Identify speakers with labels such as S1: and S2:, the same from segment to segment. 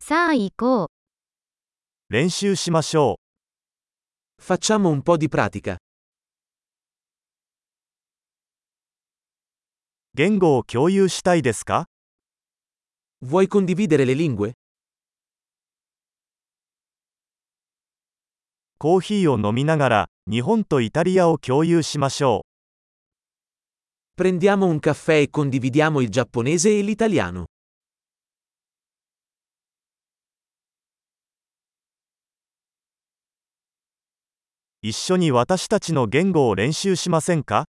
S1: さあ行こう。
S2: 練習しましょ
S3: Facciamo un po' di pratica.
S2: う。言語を共有したいですか
S3: Vuoi condividere le lingue?
S2: コーヒーを飲みながら、日本とイタリアを共有しましょ
S3: Prendiamo un caffè e condividiamo il giapponese e l'italiano.
S2: う。一緒に私たちの言語を練習しませんか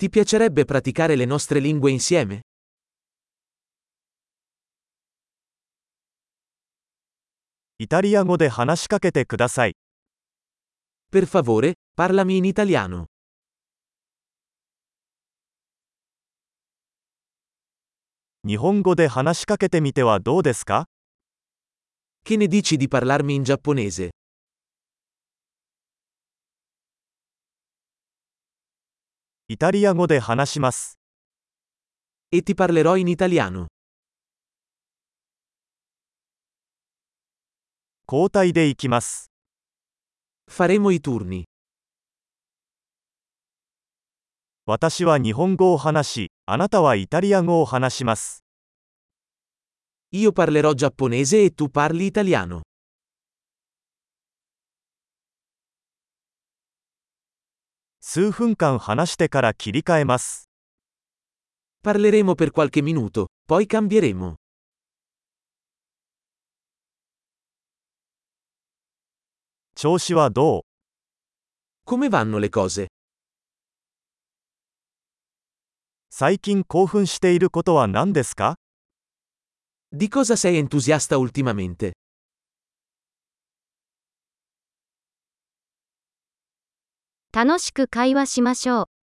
S3: Ti piacerebbe praticare le nostre lingue insieme?
S2: イタリア語で話しかけてください。
S3: Per favore, parlami in italiano.
S2: 日本語で話しかけてみてはどうですか
S3: Che ne dici di parlarmi in giapponese?
S2: イタリア語で話します。
S3: E ti parlerò in italiano.
S2: 交代で行きます。
S3: Faremo i turni.
S2: 私は日本語を話し、あなたはイタリア語を話します。
S3: Io parlerò giapponese e tu parli italiano.
S2: 数分間話してから切り替えます。
S3: Parleremo per qualche minuto, poi cambieremo.
S2: 調子はどう
S3: Come vanno le cose?
S2: 最近興奮していることは何ですか
S3: Di cosa sei entusiasta ultimamente?
S1: 楽しく会話しましょう。